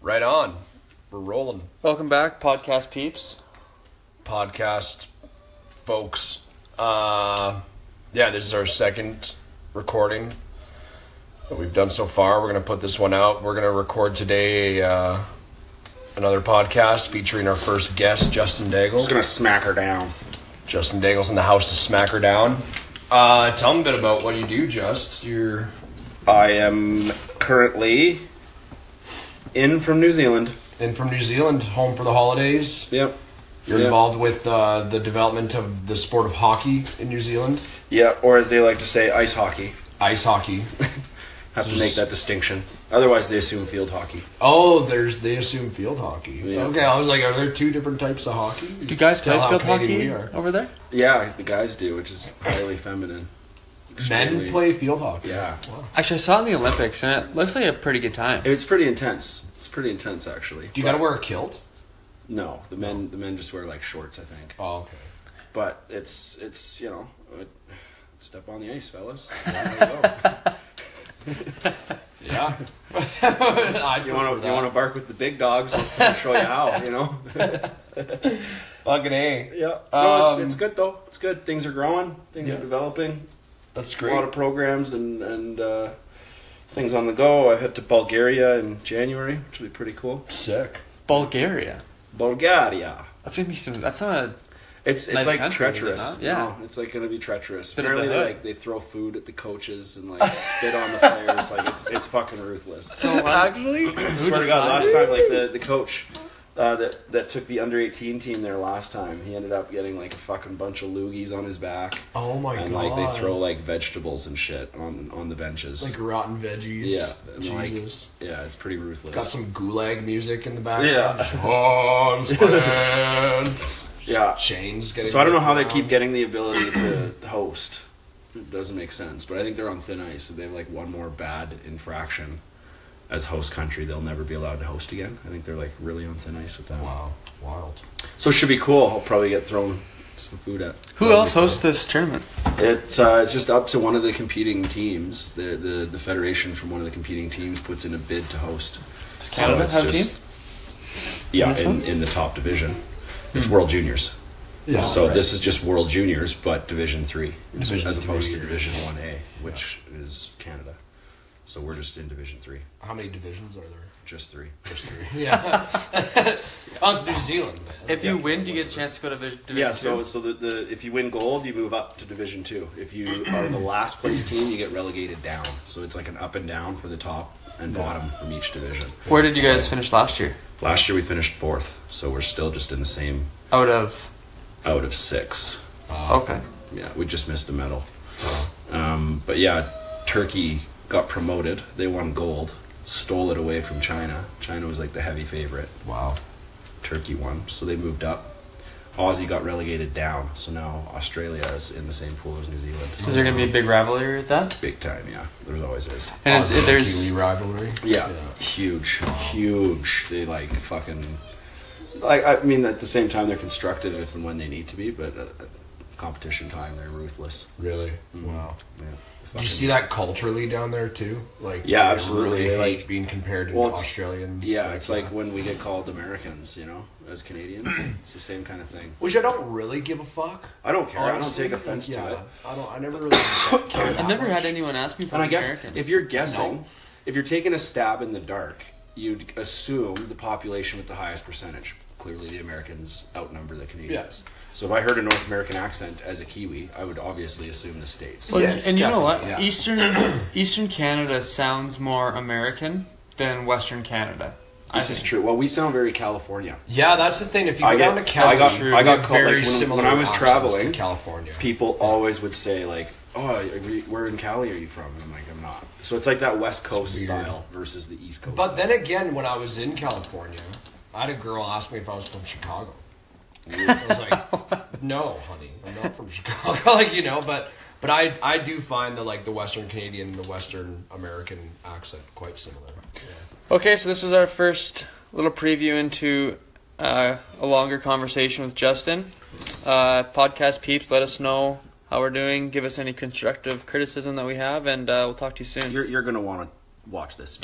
Right on. We're rolling. Welcome back, podcast peeps. Podcast folks. Uh, yeah, this is our second recording that we've done so far. We're going to put this one out. We're going to record today uh, another podcast featuring our first guest, Justin Daigle. Just gonna smack her down. Justin Daigle's in the house to smack her down. Uh, tell them a bit about what you do, Just. You're I am currently in from New Zealand. in from New Zealand, home for the holidays. Yep. You're Yeah. involved with uh, the development of the sport of hockey in New Zealand, Yeah, or as they like to say, ice hockey. ice hockey. Have to Just- make that distinction. Otherwise, they assume field hockey. Oh, there's they assume field hockey. Yeah. Okay, I was like, are there two different types of hockey? Do you guys Tell play how field hockey Canadian we are. over there? Yeah, the guys do, which is highly feminine. Men Extremely- play field hockey. Yeah, Actually, I saw it in the Olympics, and it looks like a pretty good time. it's pretty intense. It's pretty intense, actually. Do you gotta wear a kilt? No, the men the men just wear like shorts, I think. Oh, okay. But it's it's you know, it- step on the ice, fellas. That's how it goes. Yeah. I you want to you want to bark with the big dogs? I'll show you how. You know. fucking a. Yeah. No, Um, it's, it's good though. It's good. Things are growing. Things Yeah. are developing. That's A lot great. of programs and and uh, things on the go. I head to Bulgaria in January, which will be pretty cool. Sick. Bulgaria. Bulgaria. That's gonna be some. That's not a. It's it's Nice like country, is it treacherous. not? Yeah. No, it's like gonna be treacherous. Bit of Apparently, the they, hood. like they throw food at the coaches and like spit on the players. Like it's it's fucking ruthless. So actually, I swear to God, last time like the the coach. Uh, that that took the under eighteen team there last time. He ended up getting like a fucking bunch of loogies on his back. Oh my and god. like they throw like vegetables and shit on on the benches. like rotten veggies. Yeah, and, like, Jesus. yeah, it's pretty ruthless. Got some gulag music in the background. Yeah. Arms, man. yeah. Chains getting. So I don't know whipped how they around. keep getting the ability to host. It doesn't make sense, but I think they're on thin ice. So they have like one more bad infraction as host country, they'll never be allowed to host again. I think they're like really on thin ice with that. Wow, wild. So it should be cool. I'll probably get thrown some food at. Who else hosts this tournament? It's uh, it's just up to one of the competing teams. The, the the federation from one of the competing teams puts in a bid to host. Does Canada it's have a team? just- Yeah, this in, one? in the top division, Hmm. it's World Juniors. Yeah. so this is just World Juniors, but Division Three, Division as opposed three. to Division One A, which is Canada. So we're just in Division Three, how many divisions are there? just three, just three. Yeah. oh, it's New Zealand. Man. If you win, do you get a chance to go to Division yeah. Two? So so the, the if you win gold, you move up to Division Two. If you are the last place team, you get relegated down. So it's like an up and down for the top and bottom from each division. Where did you guys finish last year? Last year we finished fourth, so we're still just in the same Out of out of six. Oh. okay. Yeah, we just missed a medal. Um, but yeah, Turkey got promoted. They won gold, stole it away from China. China was like the heavy favorite. Wow. Turkey won, so they moved up. Aussie got relegated down, so now Australia is in the same pool as New Zealand. So is there gonna be a big rivalry with that? big time? Yeah, there always is. And is, Aussie there's Oh, Kiwi rivalry. Yeah, huge, huge. They like fucking. Like I mean, at the same time, they're constructive if and when they need to be, but uh, at competition time, they're ruthless. Really? Mhm. Wow. Yeah. Do you see that culturally down there too? Like Yeah, they absolutely. Really They, hate like- being compared to Well, it's- Australians. Yeah, it's like that. when we get called Americans, you know, as Canadians. It's the same kind of thing. which I don't really give a fuck. I don't care. honestly. I don't take offense Like, yeah, to it. I don't. I never really. care that I've never much. had anyone ask me if I'm And I guess American. if you're guessing, if you're taking a stab in the dark, you'd assume the population with the highest percentage. Clearly, the Americans outnumber the Canadians. So if I heard a North American accent as a Kiwi, I would obviously assume the states. Well, Yes, and you know what? definitely, yeah. Eastern Eastern Canada sounds more American than Western Canada. I this is think. true. Well, we sound very California. Yeah, that's the thing. If you go I down to got- California, I got- we I got have called, like, very when- when similar. I was accents to traveling, California, People always would say like, "Oh, are you- where in Cali are you from?" And I'm like, "I'm not." So it's like that West Coast weird. style versus the East Coast. But style. then again, when I was in California, I had a girl ask me if I was from Chicago. I was like, "No, honey, I'm not from Chicago." like you know, but but I I do find the like the Western Canadian, and the Western American accent quite similar. Okay, so this was our first little preview into uh, a longer conversation with Justin. Uh, podcast peeps, let us know how we're doing. Give us any constructive criticism that we have, and uh, we'll talk to you soon. you're you're gonna want to watch this.